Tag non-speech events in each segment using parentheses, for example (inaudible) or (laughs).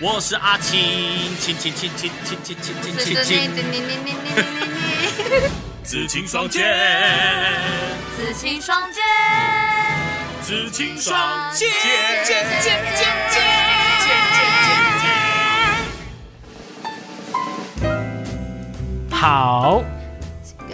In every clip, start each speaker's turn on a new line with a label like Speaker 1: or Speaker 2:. Speaker 1: 我是阿青，青青青青青青青青青青，紫青双剑，
Speaker 2: 紫青双剑，
Speaker 1: 紫青
Speaker 2: 双
Speaker 1: 双
Speaker 2: 剑
Speaker 1: 剑，
Speaker 2: 剑剑剑剑剑
Speaker 3: 好。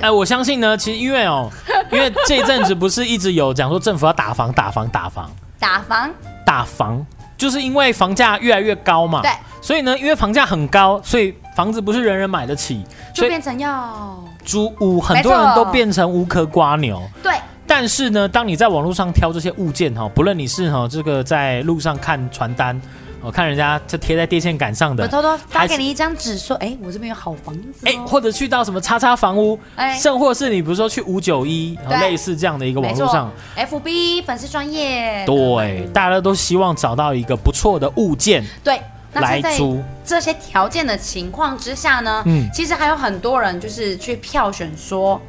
Speaker 3: 哎，我相信呢，其实因为哦， (laughs) 因为这一阵子不是一直有讲说政府要打房、打房、打房、
Speaker 2: 打房
Speaker 3: 打房，就是因为房价越来越高嘛。
Speaker 2: 对。
Speaker 3: 所以呢，因为房价很高，所以房子不是人人买得起，
Speaker 2: 就
Speaker 3: 所以
Speaker 2: 变成要
Speaker 3: 租屋很多
Speaker 2: 没
Speaker 3: 人都
Speaker 2: 错
Speaker 3: 变成无壳瓜牛。
Speaker 2: 对
Speaker 3: 但是呢，当你在网络上挑这些物件哈，不论你是哈这个在路上看传单，哦看人家这贴在电线杆上
Speaker 2: 我
Speaker 3: 的，
Speaker 2: 偷偷发
Speaker 3: 还
Speaker 2: 给
Speaker 3: 是
Speaker 2: 你一张纸，说，哎，我这边有好房子
Speaker 3: 哎、
Speaker 2: 哦，
Speaker 3: 或者去到什么叉叉房屋，
Speaker 2: 哎
Speaker 3: 甚或是你比如说去五九一，然后
Speaker 2: 对
Speaker 3: 类似这样的一个
Speaker 2: 没
Speaker 3: 网络
Speaker 2: 错
Speaker 3: 上，
Speaker 2: ，FB 粉丝专业，
Speaker 3: 对，大家都希望找到一个不错的物件
Speaker 2: 对，那
Speaker 3: 来
Speaker 2: 现在
Speaker 3: 租。
Speaker 2: 这些条件的情况之下呢，
Speaker 3: 嗯
Speaker 2: 其实还有很多人就是去票选说，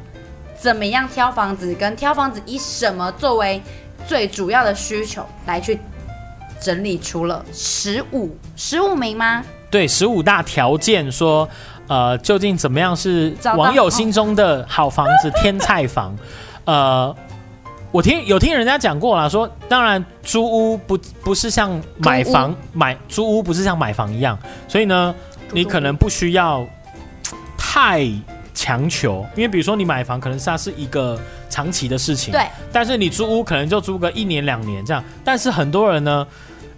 Speaker 2: 怎么样挑房子，跟挑房子以什么作为最主要的需求来去整理出了十五十五名吗？
Speaker 3: 对，十五大条件说，呃，究竟怎么样是
Speaker 2: 找到
Speaker 3: 网友心中的好房子、天菜
Speaker 2: (laughs)
Speaker 3: 房？呃，我听有听人家讲过啦，说当然租屋不不是像买
Speaker 2: 租屋
Speaker 3: 房买租屋不是像买房一样，所以呢，你可能不需要太强求，因为比如说你买房可能是它是一个长期的事情， (laughs)
Speaker 2: 对，
Speaker 3: 但是你租屋可能就租个一年两年这样，但是很多人呢，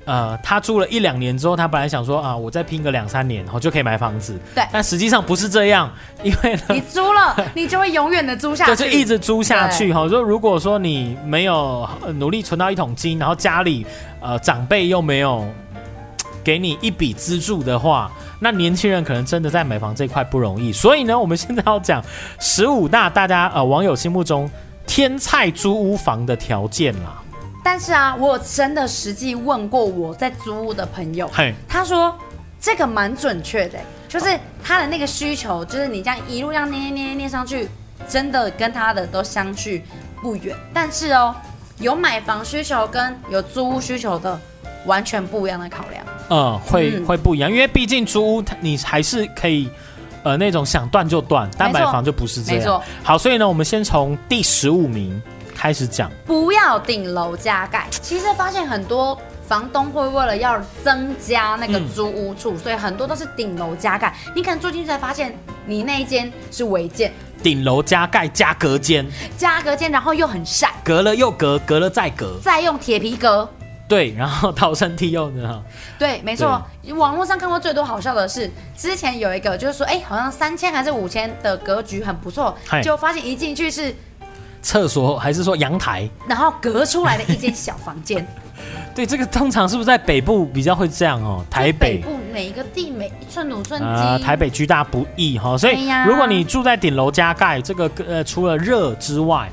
Speaker 3: 呃，他租了一两年之后，他本来想说啊，我再拼个两三年，我就可以买房子，
Speaker 2: 对
Speaker 3: 但实际上不是这样，因为呢，
Speaker 2: 你租了，你就会永远的租下
Speaker 3: (laughs) 对，
Speaker 2: 去，
Speaker 3: 就一直租下去哈。就如果说你没有呃努力存到一桶金，然后家里呃长辈又没有呃给你一笔资助的话，那年轻人可能真的在买房这块不容易。所以呢，我们现在要讲十五大大家呃网友心目中天菜租屋房的条件啦。
Speaker 2: 但是啊，我有真的实际问过我在租屋的朋友，
Speaker 3: 嘿，
Speaker 2: 他说这个蛮准确的，就是他的那个需求，就是你这样一路这样念念念念上去，真的跟他的都相距不远。但是哦，有买房需求跟有租屋需求的完全不一样的考量。
Speaker 3: 呃，会
Speaker 2: 嗯
Speaker 3: 会不一样，因为毕竟租屋它你还是可以。呃，那种想断就断，但
Speaker 2: 没
Speaker 3: 买
Speaker 2: 错
Speaker 3: 房就不是这
Speaker 2: 没
Speaker 3: 样
Speaker 2: 错。
Speaker 3: 好，所以呢，我们先从第十五名开始讲。
Speaker 2: 不要顶楼加盖。其实发现很多房东会为了要增加那个租屋处，所以很多都是顶楼加盖。你可能住进去才发现，你那一间是违建，
Speaker 3: 顶楼加盖加隔间，
Speaker 2: 加隔间，然后又很晒，
Speaker 3: 隔了又隔，隔了再隔，
Speaker 2: 再用铁皮隔。
Speaker 3: 对，然后逃生梯又呢，
Speaker 2: 对，没错。网络上看过最多好笑的是，之前有一个就是说，哎、好像三千还是五千的格局很不错
Speaker 3: 嗨，
Speaker 2: 结果发现一进去是，
Speaker 3: 厕所还是说阳台？
Speaker 2: 然后隔出来的一间小房
Speaker 3: (laughs)
Speaker 2: 间。
Speaker 3: 对，这个通常是不是在北部比较会这样哦？台
Speaker 2: 就
Speaker 3: 北
Speaker 2: 部每一个地每一寸土寸金、
Speaker 3: 啊、台北居大不易哈、所
Speaker 2: 哎
Speaker 3: 以
Speaker 2: 呀
Speaker 3: 如果你住在顶楼加盖，这个呃除了热之外，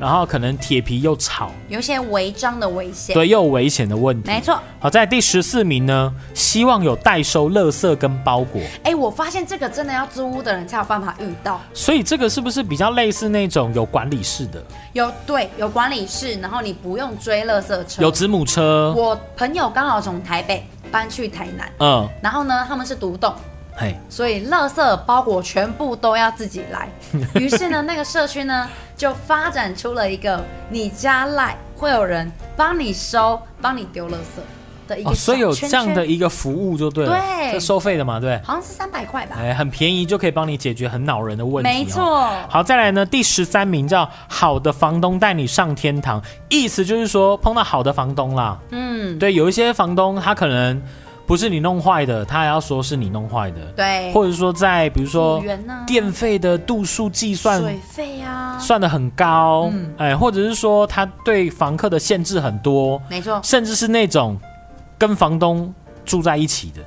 Speaker 3: 然后可能铁皮又吵，
Speaker 2: 有一些违章的危险。
Speaker 3: 对，又有危险的问题。
Speaker 2: 没错。
Speaker 3: 好，在第十四名呢，希望有代收垃圾跟包裹，
Speaker 2: 哎、我发现这个真的要租屋的人才有办法遇到。
Speaker 3: 所以这个是不是比较类似那种有管理室的，
Speaker 2: 有对有管理室，然后你不用追垃圾车。
Speaker 3: 有子母车？
Speaker 2: 我朋友刚好从台北搬去台南，
Speaker 3: 嗯，
Speaker 2: 然后呢，他们是独栋，
Speaker 3: 嘿。
Speaker 2: 所以垃圾包裹全部都要自己
Speaker 3: (laughs)
Speaker 2: 来。于是呢，那个社区呢就发展出了一个你家赖会有人帮你收、帮你丢垃圾的一个、
Speaker 3: 哦，所以有这样的，一个服务就对了，
Speaker 2: 对
Speaker 3: 这收费的嘛，对，
Speaker 2: 好像是三百块吧？
Speaker 3: 哎，很便宜就可以帮你解决很恼人的问题、哦
Speaker 2: 没。错，
Speaker 3: 好，再来呢，第十三名叫好的房东带你上天堂，意思就是说碰到好的房东啦，
Speaker 2: 嗯，
Speaker 3: 对，有一些房东他可能不是你弄坏的，他还要说是你弄坏的，
Speaker 2: 对，
Speaker 3: 或者说在比如说
Speaker 2: 组员呢
Speaker 3: 电费的度数计算
Speaker 2: 水费啊，
Speaker 3: 算的很高，
Speaker 2: 嗯
Speaker 3: 哎，或者是说他对房客的限制很多，
Speaker 2: 没错，
Speaker 3: 甚至是那种跟房东住在一起的，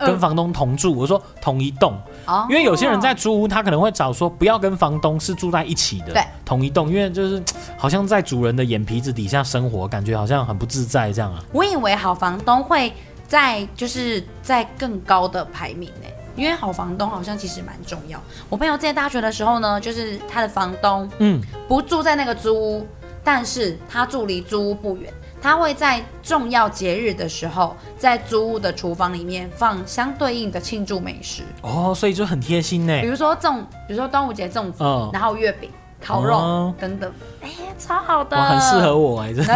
Speaker 2: 嗯
Speaker 3: 跟房东同住。我说同一栋，
Speaker 2: 哦
Speaker 3: 因为有些人在租屋，他可能会找说不要跟房东是住在一起的，
Speaker 2: 对，
Speaker 3: 同一栋，因为就是好像在主人的眼皮子底下生活，感觉好像很不自在这样啊。
Speaker 2: 我以为好房东会在就是在更高的排名呢、因为好房东好像其实蛮重要。我朋友在大学的时候呢，就是他的房东
Speaker 3: 嗯，
Speaker 2: 不住在那个租屋，但是他住离租屋不远，他会在重要节日的时候，在租屋的厨房里面放相对应的庆祝美食，
Speaker 3: 哦，所以就很贴心呢
Speaker 2: 比。如说粽，比如说端午节粽子，
Speaker 3: 嗯，
Speaker 2: 然后月饼、烤肉、
Speaker 3: 哦
Speaker 2: 等等，哎、超好的，
Speaker 3: 哇，很适
Speaker 2: (laughs)
Speaker 3: 合我哎，真的。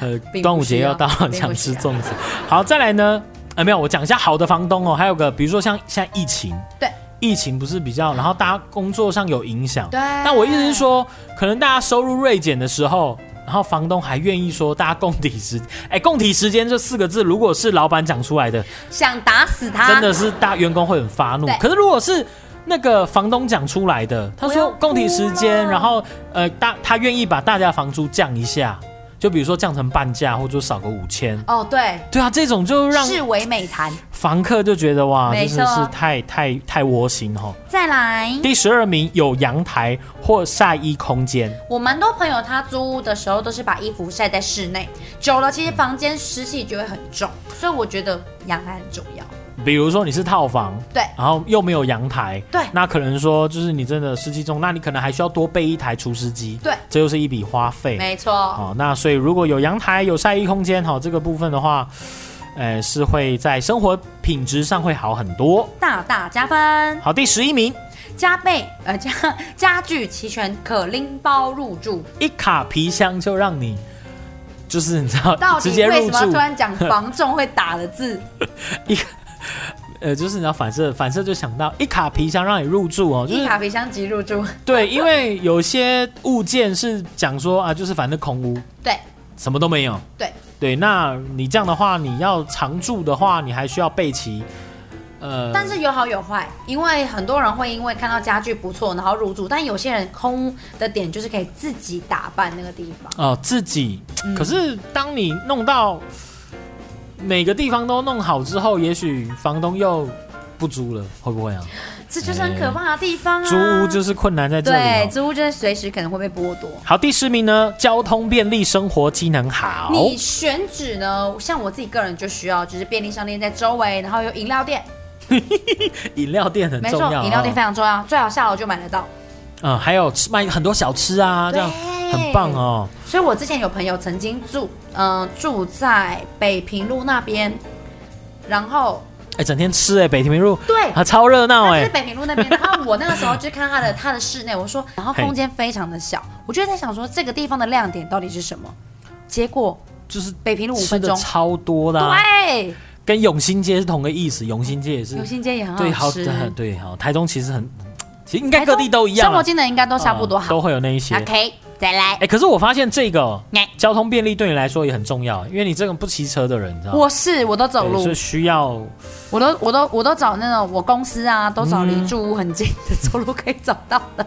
Speaker 3: 呃
Speaker 2: 并不需，要
Speaker 3: 端午节要到，
Speaker 2: 并不需要
Speaker 3: 想吃粽子。好，再来呢？呃，没有，我讲一下好的房东哦。还有个，比如说像现在疫情，
Speaker 2: 对，
Speaker 3: 疫情不是比较，然后大家工作上有影响。
Speaker 2: 对。
Speaker 3: (laughs) 但我意思是，说，可能大家收入锐减的时候，然后房东还愿意说大家共体时，哎，共体时间这四个字，如果是老板讲出来的，
Speaker 2: 想打死他，
Speaker 3: 真的是大员工会很发怒
Speaker 2: 啊对。
Speaker 3: 可是如果是那个房东讲出来的，他
Speaker 2: 我要
Speaker 3: 说
Speaker 2: 哭啊
Speaker 3: 供体时间，
Speaker 2: 了
Speaker 3: 然后呃大他愿意把大家房租降一下，就比如说降成半价或者少个五千。
Speaker 2: 哦，对，
Speaker 3: 对啊，这种就让
Speaker 2: 视为美谈。
Speaker 3: 房客就觉得哇，
Speaker 2: 没
Speaker 3: 真的
Speaker 2: 错
Speaker 3: 是太太太窝心哈。
Speaker 2: 再来，
Speaker 3: 第十二名有阳台或晒衣空间，
Speaker 2: 我蛮多朋友他租屋的时候都是把衣服晒在室内，久了其实房间湿气就会很重，所以我觉得阳台很重要。
Speaker 3: 比如说你是套房，
Speaker 2: 对
Speaker 3: 然后又没有阳台，
Speaker 2: 对
Speaker 3: 那可能说就是你真的湿气重，那你可能还需要多备一台除湿机，
Speaker 2: 对，
Speaker 3: 这又是一笔花费。
Speaker 2: 没错，
Speaker 3: 好、那所以如果有阳台、有晒衣空间，好、这个部分的话，呃，是会在生活品质上会好很多。
Speaker 2: 大大加分，
Speaker 3: 好，第十一名，
Speaker 2: 加 (laughs) 倍呃家家具齐全，可拎包入住。
Speaker 3: 一卡皮箱就让你，就是你知
Speaker 2: 到
Speaker 3: 道，
Speaker 2: 底
Speaker 3: 直接
Speaker 2: 为
Speaker 3: 入
Speaker 2: 什么要突
Speaker 3: 住，
Speaker 2: 然讲房仲会打
Speaker 3: (laughs)
Speaker 2: 的字？
Speaker 3: 呃，就是你知道反射反射就想到一卡皮箱让你入住哦，就
Speaker 2: 一
Speaker 3: 是
Speaker 2: 卡皮箱即入住，
Speaker 3: 对，因为有些物件是讲说啊，就是反正空屋，
Speaker 2: 对，
Speaker 3: 什么都没有，
Speaker 2: 对
Speaker 3: 对，那你这样的话，你要常住的话，你还需要备齐，呃，
Speaker 2: 但是有好有坏，因为很多人会因为看到家具不错然后入住，但有些人空屋的点就是可以自己打扮那个地方。
Speaker 3: 哦，自己。
Speaker 2: 嗯
Speaker 3: 可是当你弄到每个地方都弄好之后，也许房东又不租了，会不会啊？
Speaker 2: 这就是很可怕的地方啊！
Speaker 3: 嗯租屋就是困难在这
Speaker 2: 对，
Speaker 3: 里、哦。
Speaker 2: 租屋就是随时可能会被剥夺。
Speaker 3: 好，第十名呢，交通便利，生活机能好。
Speaker 2: 你选址呢？像我自己个人就需要，就是便利商店在周围，然后有饮料店，
Speaker 3: 饮料店很
Speaker 2: 没
Speaker 3: 重
Speaker 2: 错，
Speaker 3: 要、哦，
Speaker 2: 饮料店非常重要，最好下楼就买得到，
Speaker 3: 嗯，还有吃卖很多小吃啊，这样
Speaker 2: 对
Speaker 3: 很棒。哦。
Speaker 2: 所以我之前有朋友曾经住，嗯、住在北平路那边，然后
Speaker 3: 哎，整天吃哎，北平路
Speaker 2: 对，
Speaker 3: 啊，超热闹
Speaker 2: 他就是
Speaker 3: 哎。
Speaker 2: 北平
Speaker 3: (laughs)
Speaker 2: 路那边，然后我那个时候就看他的他的室内，我说，然后空间非常的小，我就在想说这个地方的亮点到底是什么？结果
Speaker 3: 就是
Speaker 2: 北平路五
Speaker 3: 吃
Speaker 2: 分
Speaker 3: 的
Speaker 2: 钟，
Speaker 3: 超多的、啊，
Speaker 2: 对，
Speaker 3: 跟永兴街是同个意思，永兴街也是
Speaker 2: 流心街也
Speaker 3: 啊对，
Speaker 2: 很
Speaker 3: 好
Speaker 2: 好吃，
Speaker 3: 的，对，好，台中其实很，其实应该各地都一样
Speaker 2: 生
Speaker 3: 啦，
Speaker 2: 活技能应该都差不多
Speaker 3: 嗯
Speaker 2: 好。
Speaker 3: 都会有那一些。哎、
Speaker 2: OK，再来，
Speaker 3: 可是我发现这个哦
Speaker 2: 哎
Speaker 3: 交通便利对你来说也很重要，因为你这种不骑车的人，你知道吗？
Speaker 2: 我是我都走
Speaker 3: 对
Speaker 2: 路
Speaker 3: 所以，需要
Speaker 2: 我都我都我都找那种我公司啊，都
Speaker 3: 嗯
Speaker 2: 找离住屋很近的，走路可以找到的。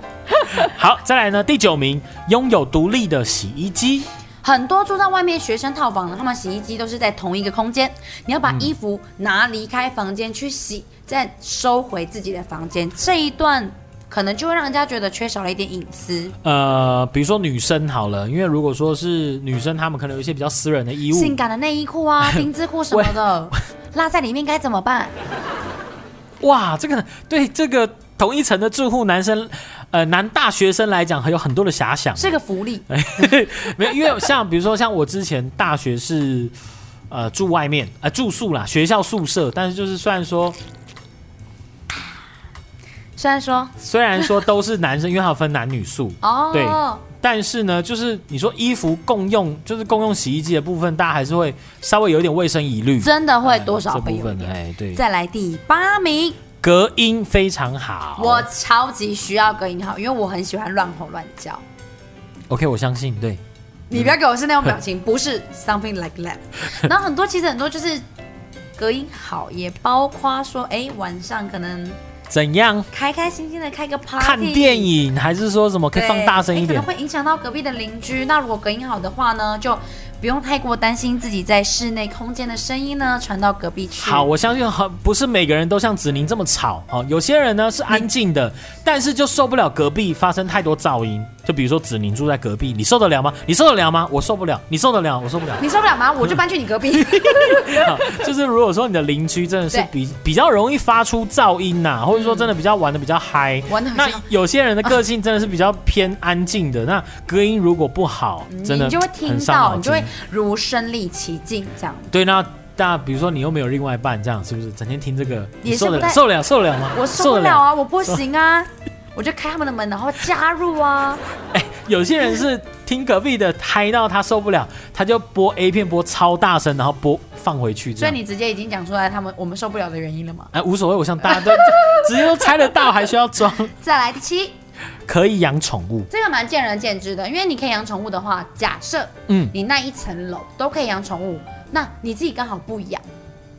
Speaker 3: 好。再来呢，第九名拥有独立的洗衣机，
Speaker 2: 很多住在外面学生套房的，他们洗衣机都是在同一个空间，你要把衣服拿离开房间去洗，再收回自己的房间，这一段可能就会让人家觉得缺少了一点隐私。
Speaker 3: 呃，比如说女生好了，因为如果说是女生，她们可能有一些比较私人的衣物，
Speaker 2: 性感的内衣裤啊、丁字裤什么的，落在里面该怎么办？
Speaker 3: 哇，这个对这个同一层的住户男生，呃，男大学生来讲，还有很多的遐想。
Speaker 2: 是个福利，
Speaker 3: (laughs) 没有，因为像比如说像我之前大学是呃住外面呃住宿啦，学校宿舍，但是就是虽然说
Speaker 2: 虽然说
Speaker 3: 虽然说都是男生，因为它有分男女宿，
Speaker 2: 哦，
Speaker 3: 对但是呢，就是你说衣服共用，就是共用洗衣机的部分，大家还是会稍微有点卫生疑虑，
Speaker 2: 真的会多少
Speaker 3: 哎这
Speaker 2: 会
Speaker 3: 部
Speaker 2: 有一
Speaker 3: 分的
Speaker 2: 点。
Speaker 3: 哎对，
Speaker 2: 再来第八名，
Speaker 3: 隔音非常好。
Speaker 2: 我超级需要隔音好，因为我很喜欢乱吼乱叫。
Speaker 3: OK，我相信对，
Speaker 2: 你
Speaker 3: 嗯
Speaker 2: 不要给我是那种表情，不是 something like
Speaker 3: (laughs)
Speaker 2: that。然后很多其实很多就是隔音好，也包括说，哎，晚上可能
Speaker 3: 怎样？
Speaker 2: 开开心心的开个 party，
Speaker 3: 看电影还是说什么可以
Speaker 2: 对
Speaker 3: 放大声
Speaker 2: 诶
Speaker 3: 一点
Speaker 2: 可能？会影响到隔壁的邻居。那如果隔音好的话呢，就不用太过担心自己在室内空间的声音呢传到隔壁去。
Speaker 3: 好，我相信很不是每个人都像子宁这么吵哦，有些人呢是安静
Speaker 2: 嗯
Speaker 3: 的，但是就受不了隔壁发生太多噪音。就比如说子宁住在隔壁，你受得了吗？你受得了吗？我受不了，你受得了？我受不
Speaker 2: (laughs)
Speaker 3: 了。
Speaker 2: 你受不了吗？我就搬去你隔壁。
Speaker 3: 啊就是如果说你的邻居真的是
Speaker 2: 对
Speaker 3: 比比较容易发出噪音呐、或者说真的比较玩的比较嗨，
Speaker 2: 玩得比较
Speaker 3: 那有些人的个性真的是比较偏安静的，那隔音如果不好，真的
Speaker 2: (laughs) 你就会
Speaker 3: 很
Speaker 2: 听
Speaker 3: 伤
Speaker 2: 到，
Speaker 3: 脑
Speaker 2: 你就会
Speaker 3: 筋
Speaker 2: 如身临其境这样。
Speaker 3: 对那。那比如说你又没有另外一半，这样是不是整天听这个？
Speaker 2: 也
Speaker 3: 你受得
Speaker 2: 是不
Speaker 3: 了
Speaker 2: 太
Speaker 3: 受得了受得了吗？
Speaker 2: 我受不了啊，我不行啊，我就开他们的门，然后加入啊。
Speaker 3: (laughs) 哎有些人是听隔壁的嗨到他受不了，他就播 A 片播超大声，然后播放回去这
Speaker 2: 所以
Speaker 3: 样。
Speaker 2: 你直接已经讲出来他们我们受不了的原因了嘛？
Speaker 3: 哎无所谓，我想大家
Speaker 2: (laughs)
Speaker 3: 都直接都猜得到，还需要装？
Speaker 2: 再来第七，
Speaker 3: 可以养宠物，
Speaker 2: 这个蛮见仁见智的，因为你可以养宠物的话，假设
Speaker 3: 嗯
Speaker 2: 你那一层楼都可以养宠物，那你自己刚好不养，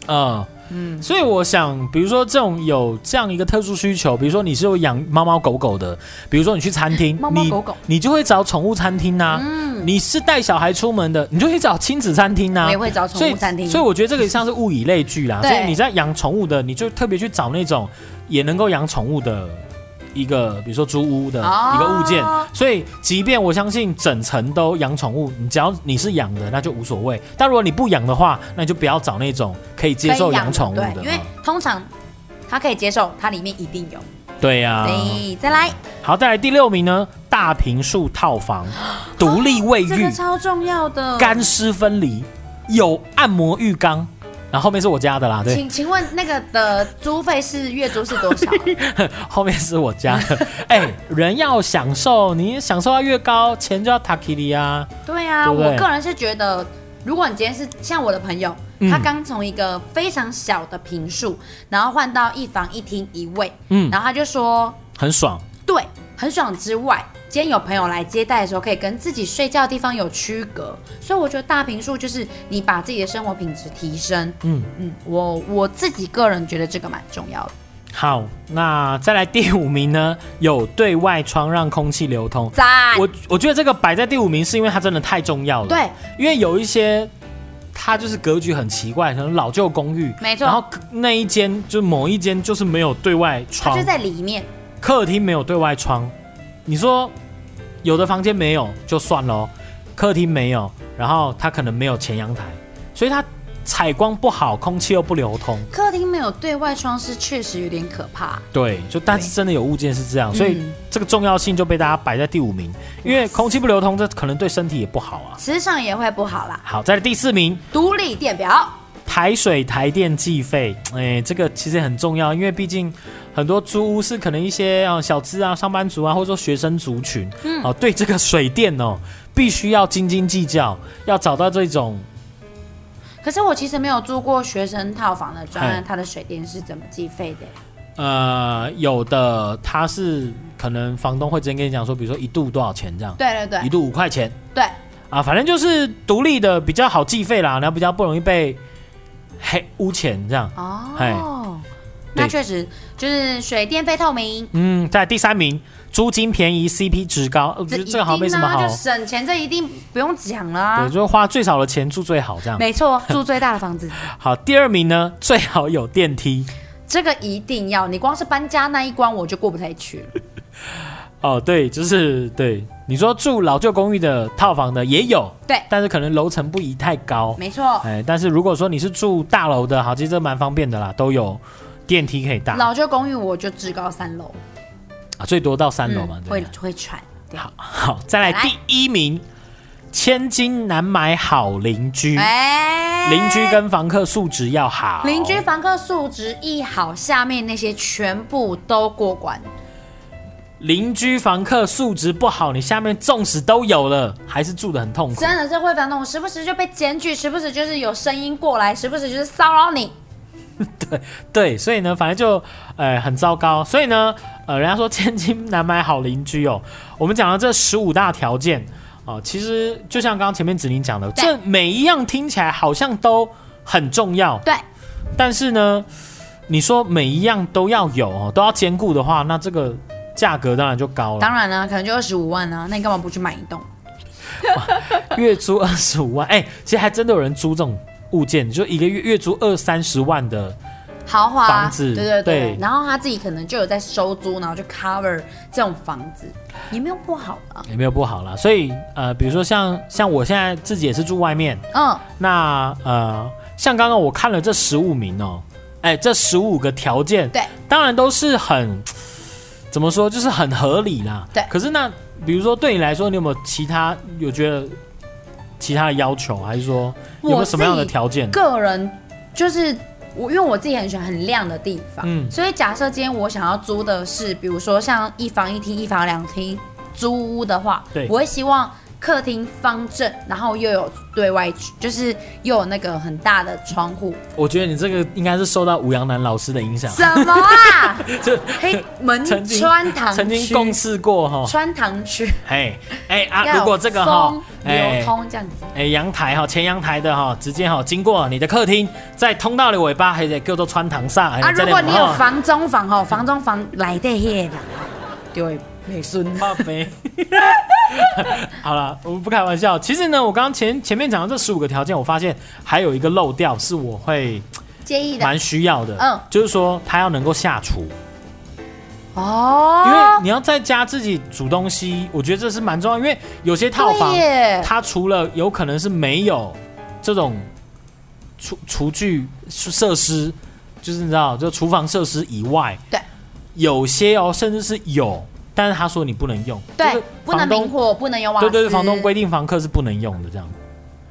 Speaker 3: 呃
Speaker 2: 嗯，
Speaker 3: 所以我想，比如说这种有这样一个特殊需求，比如说你是有养猫猫狗狗的，比如说你去餐厅，
Speaker 2: 猫猫狗狗
Speaker 3: 你你就会找宠物餐厅呐、
Speaker 2: 嗯，
Speaker 3: 你是带小孩出门的，你就会找亲子餐厅啊呐、
Speaker 2: 我也会找
Speaker 3: 所
Speaker 2: 宠
Speaker 3: 以
Speaker 2: 物餐厅，
Speaker 3: 所以我觉得这个像是物以类聚啦。所
Speaker 2: 对
Speaker 3: 以你在养宠物的，你就特别去找那种也能够养宠物的一个，比如说租屋的
Speaker 2: 哦
Speaker 3: 一个物件。所以，即便我相信整层都养宠物，你只要你是养的，那就无所谓。但如果你不养的话，那你就不要找那种可以接受
Speaker 2: 可以
Speaker 3: 养宠物的
Speaker 2: 对，因为
Speaker 3: 哈
Speaker 2: 通常它可以接受，它里面一定有。
Speaker 3: 对呀、
Speaker 2: 啊对，再来，
Speaker 3: 好，再来第六名呢，大平数套房，独立卫
Speaker 2: 这
Speaker 3: 浴
Speaker 2: 个，超重要的。
Speaker 3: 干湿分离，有按摩浴缸。然后后面是我家的啦，对。
Speaker 2: 请请问那个的租费是月租是多 (laughs) 少？
Speaker 3: 后面是我家的。 (laughs) 哎、人要享受，你享受到越高，钱就要塔基里啊。
Speaker 2: 对啊，
Speaker 3: 对不对
Speaker 2: 我个人是觉得，如果你今天是像我的朋友，
Speaker 3: 嗯
Speaker 2: 他刚从一个非常小的平数，然后换到一房一厅一卫，
Speaker 3: 嗯，
Speaker 2: 然后他就说，
Speaker 3: 很爽。
Speaker 2: 对，很爽之外。今天有朋友来接待的时候，可以跟自己睡觉的地方有区隔，所以我觉得大平数就是你把自己的生活品质提升。
Speaker 3: 嗯，
Speaker 2: 嗯，我我自己个人觉得这个蛮重要的。
Speaker 3: 好，那再来第五名呢？有对外窗让空气流通。
Speaker 2: 赞，
Speaker 3: 我我觉得这个摆在第五名是因为它真的太重要了。，
Speaker 2: 哎对，
Speaker 3: 因为有一些它就是格局很奇怪，可能老旧公寓，
Speaker 2: 没错
Speaker 3: 然后那一间就某一间就是没有对外
Speaker 2: 它
Speaker 3: 窗
Speaker 2: 就，在里面。
Speaker 3: 客厅没有对外窗，你说有的房间没有就算喽，客厅没有，然后它可能没有前阳台，所以它采光不好，空气又不流通。
Speaker 2: 客厅没有对外窗是确实有点可怕。
Speaker 3: 对，就但是
Speaker 2: 对
Speaker 3: 真的有物件是这样，所以
Speaker 2: 嗯
Speaker 3: 这个重要性就被大家摆在第五名，因为空气不流通，这可能对身体也不好啊。
Speaker 2: 磁场也会不好啦。
Speaker 3: 好，在第四名，
Speaker 2: 独立电表，
Speaker 3: 台水台电计费，哎，这个其实很重要，因为毕竟很多租屋是可能一些啊小资啊、上班族啊，或者说学生族群，嗯，哦，对这个水电哦，必须要斤斤计较，要找到这种
Speaker 2: 可是我其实没有住过学生套房的专
Speaker 3: 哎
Speaker 2: 案，它的水电是怎么计费的？
Speaker 3: 呃，有的他是可能房东会直接跟你讲说，比如说一度多少钱这样，
Speaker 2: 对对
Speaker 3: 一
Speaker 2: 对
Speaker 3: 度五块钱
Speaker 2: 对，
Speaker 3: 啊，反正就是独立的比较好计费啦，然后比较不容易被黑污钱这样。
Speaker 2: 哦
Speaker 3: 哎，
Speaker 2: 那
Speaker 3: 对
Speaker 2: 确实就是水电费透明，
Speaker 3: 嗯，在第三名，租金便宜，CP 值高，呃我觉得
Speaker 2: 一
Speaker 3: 这个好像没什
Speaker 2: 定
Speaker 3: 么
Speaker 2: 啊
Speaker 3: 好
Speaker 2: 就。省钱这一定不用讲啦
Speaker 3: (laughs) 对，。就是花最少的钱住最好这样。
Speaker 2: 啊没错，住最大的
Speaker 3: (laughs)
Speaker 2: 房子，
Speaker 3: 好，第二名呢，最好有电梯
Speaker 2: 这个一定要。你光是搬家那一关，我就过不太去
Speaker 3: (laughs)
Speaker 2: 了。
Speaker 3: 哦。对，就是对你说住老旧公寓的套房的也有，
Speaker 2: 对
Speaker 3: 但是可能楼层不宜太高。
Speaker 2: 没错，
Speaker 3: 哎，但是如果说你是住大楼的，好，其实这蛮方便的啦，都有电梯可以搭
Speaker 2: 老旧公寓我就至高三楼，
Speaker 3: 啊，最多到三楼嘛
Speaker 2: 嗯。
Speaker 3: 对
Speaker 2: 会
Speaker 3: 不对
Speaker 2: 会喘。对，
Speaker 3: 好，再来
Speaker 2: 来
Speaker 3: 第一名，千金难买好邻居，
Speaker 2: 哎
Speaker 3: 邻居跟房客素质要好，
Speaker 2: 邻居房客素质一好，下面那些全部都过关。
Speaker 3: 邻居房客素质不好，你下面纵使都有了，还是住得很痛苦。
Speaker 2: 真的是会烦那种，时不时就被检举，时不时就是有声音过来，时不时就是骚扰你。
Speaker 3: 对，所以呢，反正就呃很糟糕。所以呢，呃，人家说千金难买好邻居哦。我们讲到这十五大条件啊、其实就像刚刚前面子宁讲的，
Speaker 2: 对
Speaker 3: 这每一样听起来好像都很重要，
Speaker 2: 对，
Speaker 3: 但是呢，你说每一样都要有哦，都要兼顾的话，那这个价格当然就高了。
Speaker 2: 当然啦、可能就二十五万啊，那你干嘛不去买一栋？
Speaker 3: 哇月租二十五万，哎、其实还真的有人租这种物件，就一个月月租二三十万的，
Speaker 2: 豪华
Speaker 3: 房子
Speaker 2: 啊对对对，
Speaker 3: 对
Speaker 2: 然后他自己可能就有在收租，然后去 cover 这种房子，也没有不好啊。
Speaker 3: 也没有不好啦。所以呃，比如说像像我现在自己也是住外面，
Speaker 2: 嗯，
Speaker 3: 那呃，像刚刚我看了这十五名哦，哎，这十五个条件，
Speaker 2: 对，
Speaker 3: 当然都是很怎么说，就是很合理啦。
Speaker 2: 对
Speaker 3: 可是那比如说对你来说，你有没有其他有觉得其他的要求，还是说有没有什么样的条件？
Speaker 2: 个人就是我，因为我自己很喜欢很亮的地方，
Speaker 3: 嗯
Speaker 2: 所以假设今天我想要租的是，比如说像一房一厅、一房两厅租屋的话，
Speaker 3: 对
Speaker 2: 我会希望客厅方正，然后又有对外，就是又有那个很大的窗户，
Speaker 3: (laughs) 我觉得你这个应该是受到吴阳南老师的影响，
Speaker 2: 什么啊？
Speaker 3: (laughs) 这
Speaker 2: 嘿，门
Speaker 3: 曾经
Speaker 2: 穿堂
Speaker 3: 曾经
Speaker 2: 区
Speaker 3: 共事过哈、
Speaker 2: 穿堂区。
Speaker 3: 嘿，哎啊，
Speaker 2: 要
Speaker 3: 如果这个哈、
Speaker 2: 风
Speaker 3: 哎
Speaker 2: 流通这样子，
Speaker 3: 哎，阳台哈，前阳台的哈，直接哈经过你的客厅，在通道的尾巴还得叫做穿堂煞。哎
Speaker 2: 啊，
Speaker 3: 在那
Speaker 2: 如果你
Speaker 3: 门
Speaker 2: 有
Speaker 3: 口
Speaker 2: 房中房吼，房中房来的嘿啦，就会美孙。
Speaker 3: (laughs) 靠背。好了，我们不开玩笑。其实呢，我刚刚前前面讲的这十五个条件，我发现还有一个漏掉，是我会
Speaker 2: 介意的
Speaker 3: 蛮需要的。
Speaker 2: 嗯
Speaker 3: 就是说他要能够下厨，
Speaker 2: 哦，
Speaker 3: 因为你要在家自己煮东西，我觉得这是蛮重要。因为有些套房
Speaker 2: 对，耶
Speaker 3: 它除了有可能是没有这种厨厨具设施，就是你知道，就厨房设施以外，
Speaker 2: 对，
Speaker 3: 有些哦，甚至是有，但是他说你不能用，就是
Speaker 2: 对，不能
Speaker 3: 房东
Speaker 2: 明火，不能有瓦斯，
Speaker 3: 对对对，房东规定房客是不能用的，这样。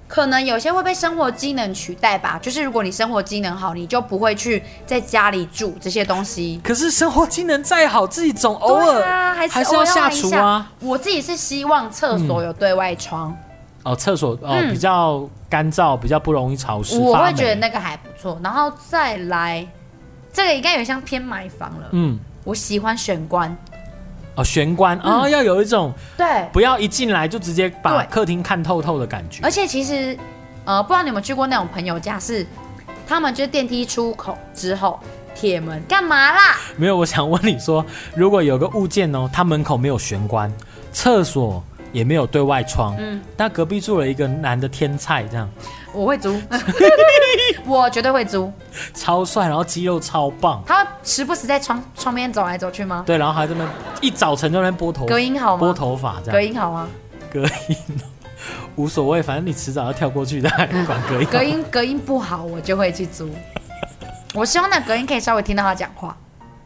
Speaker 2: 可能有些会被生活机能取代吧。就是如果你生活机能好，你就不会去在家里煮这些东西。
Speaker 3: 可是生活技能再好，自己总偶
Speaker 2: 对啊、
Speaker 3: 尔
Speaker 2: 还
Speaker 3: 还是
Speaker 2: 偶
Speaker 3: 要
Speaker 2: 尔
Speaker 3: 下
Speaker 2: 一
Speaker 3: 厨啊。
Speaker 2: 我自己是希望厕所有对外窗，
Speaker 3: 哦，厕所哦
Speaker 2: 嗯
Speaker 3: 比较干燥，比较不容易潮湿，
Speaker 2: 我
Speaker 3: 发
Speaker 2: 会
Speaker 3: 嗯霉
Speaker 2: 觉得那个还不错。然后再来，这个应该有像偏买房了。
Speaker 3: 嗯
Speaker 2: 我喜欢玄关，
Speaker 3: 哦玄关啊、哦要有一种
Speaker 2: 对，
Speaker 3: 不要一进来就直接把
Speaker 2: 嗯对
Speaker 3: 客厅看透透的感觉
Speaker 2: 而。且其实，呃，不知道你有没有去过那种朋友家是，他们就是电梯出口之后铁门干嘛啦？
Speaker 3: 没有，我想问你说，如果有个物件哦，它门口没有玄关，厕所也没有对外窗，嗯，但隔壁住了一个男的天菜，这样
Speaker 2: 我会 (laughs) 租，我绝对会租。
Speaker 3: 超帅，然后肌肉超棒，
Speaker 2: 他会时不时在窗窗边走来走去吗？
Speaker 3: 对，然后还这么一早晨就在那边拨头
Speaker 2: 隔音好
Speaker 3: 拨
Speaker 2: 吗？
Speaker 3: 头发这
Speaker 2: 隔
Speaker 3: 样，
Speaker 2: 音好 (laughs) 吗？
Speaker 3: 隔音无所谓，反正你迟早要跳过
Speaker 2: (laughs)
Speaker 3: 去的，还管隔音？
Speaker 2: 隔音隔音不好，我就会去租。我希望那隔音可以稍微听到他讲话。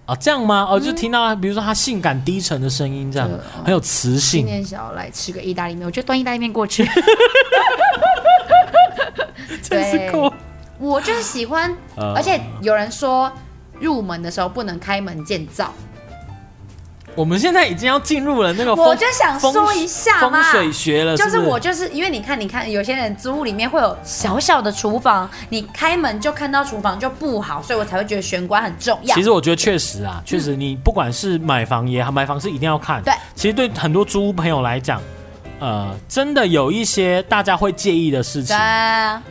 Speaker 3: 啊，这样吗？哦，就听到比如说他性感低沉的声音，这样
Speaker 2: 对
Speaker 3: 很有磁
Speaker 2: 嗯今
Speaker 3: 性，
Speaker 2: 天想要来吃个意大利面，我就端意大利面过去。
Speaker 3: 真是够。
Speaker 2: 我就是喜 (laughs) 欢，
Speaker 3: 呃
Speaker 2: 而且有人说入门的时候不能开门见灶，
Speaker 3: 我们现在已经要进入了那个风，
Speaker 2: 我就想说一下
Speaker 3: 风
Speaker 2: 嘛
Speaker 3: 水学了，
Speaker 2: 就是
Speaker 3: 呃不
Speaker 2: 我就是因为你看，你看有些人租屋里面会有小小的厨房，你开门就看到厨房就不好，所以我才会觉得玄关很重要
Speaker 3: 其。实我觉得确实啊，确实你不管是买房也好，买房是一定要看。
Speaker 2: 嗯对，
Speaker 3: 其实对很多租屋朋友来讲，呃，真的有一些大家会介意的事情
Speaker 2: 对
Speaker 3: 啊、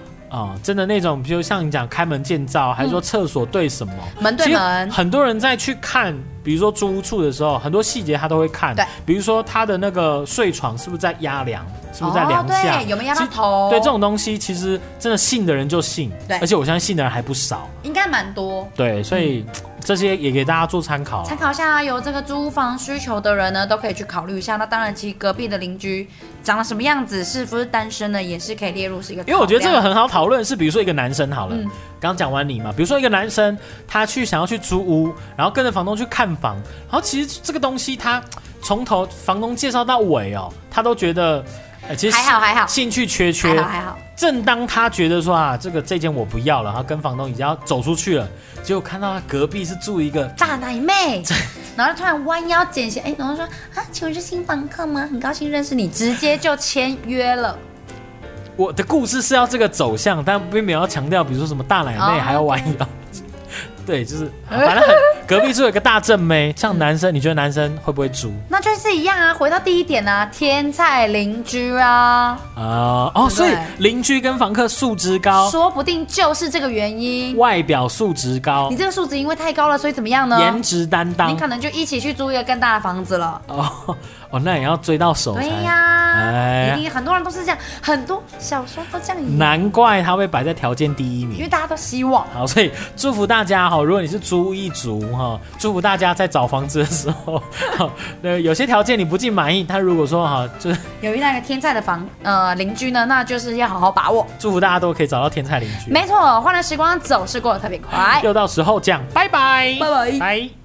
Speaker 2: 啊，
Speaker 3: 真的那种，比如像你讲开门见灶，还是说厕所对什么、
Speaker 2: 嗯门对
Speaker 3: 其实
Speaker 2: 门
Speaker 3: 很多人在去看，比如说租屋处的时候，很多细节他都会看。
Speaker 2: 对，
Speaker 3: 比如说他的那个睡床是不是在压梁，是不是在
Speaker 2: 哦
Speaker 3: 梁下？
Speaker 2: 对，有没有压哦
Speaker 3: 其
Speaker 2: 到
Speaker 3: 实
Speaker 2: 头？
Speaker 3: 对这种东西，其实真的信的人就信，
Speaker 2: 对
Speaker 3: 而且我相信信的人还不少。
Speaker 2: 应该蛮多。
Speaker 3: 对，所以、
Speaker 2: 嗯
Speaker 3: 这些也给大家做参考啊。
Speaker 2: 参考一下啊有这个租房需求的人呢，都可以去考虑一下。那当然，其实隔壁的邻居长得什么样子，是不是单身的，也是可以列入是一个考量。
Speaker 3: 因为我觉得这个很好讨论，是比如说一个男生好了，
Speaker 2: 嗯
Speaker 3: 刚讲完你嘛，比如说一个男生他去想要去租屋，然后跟着房东去看房，然后其实这个东西他从头房东介绍到尾哦，他都觉得，呃、其实
Speaker 2: 还好还好
Speaker 3: 兴趣缺缺
Speaker 2: 还。好还好，
Speaker 3: 正当他觉得说啊，这个这间我不要了，然后跟房东已经要走出去了，结果看到他隔壁是住一个
Speaker 2: 大奶妹，然后突然弯腰捡鞋，哎，然后说啊，请问是新房客吗？很高兴认识你，直接就签约了。
Speaker 3: 我的故事是要这个走向，但并没有要强调，比如说什么大奶妹
Speaker 2: 哦
Speaker 3: 还要弯腰。 (laughs) 对，就是啊反正很隔壁住有一个大正妹，像男生，你觉得男生会不会租
Speaker 2: 那就是一样啊，回到第一点啊，天菜邻居啊，
Speaker 3: 啊、哦，
Speaker 2: 对
Speaker 3: 所以邻居跟房客素质高，
Speaker 2: 说不定就是这个原因。
Speaker 3: 外表素质高
Speaker 2: 你，这个数值因为太高了，所以怎么样
Speaker 3: 颜
Speaker 2: 呢？
Speaker 3: 值担
Speaker 2: 你
Speaker 3: 当
Speaker 2: 可能就一起去租一个更大的房子了。
Speaker 3: (laughs) 哦哦，那也要追到手才
Speaker 2: 对呀、啊，
Speaker 3: 哎
Speaker 2: 一定很多人都是这样，很多小说都这样演，
Speaker 3: 难怪它会摆在条件第一
Speaker 2: 因
Speaker 3: 名
Speaker 2: 为。大家都希望。
Speaker 3: 好，所以祝福大家哈，如果你是租一族哈，祝福大家在找房子的时候，哈那有些条件你不尽满意，但如果说哈，就是
Speaker 2: 有遇到一个天才的房呃邻居呢，那就是要好好把握。
Speaker 3: 祝福大家都可以找到天才邻居。
Speaker 2: 没错，欢乐时光总是过得特别快。
Speaker 3: 又到时候讲，拜拜，
Speaker 2: 拜拜
Speaker 3: 拜。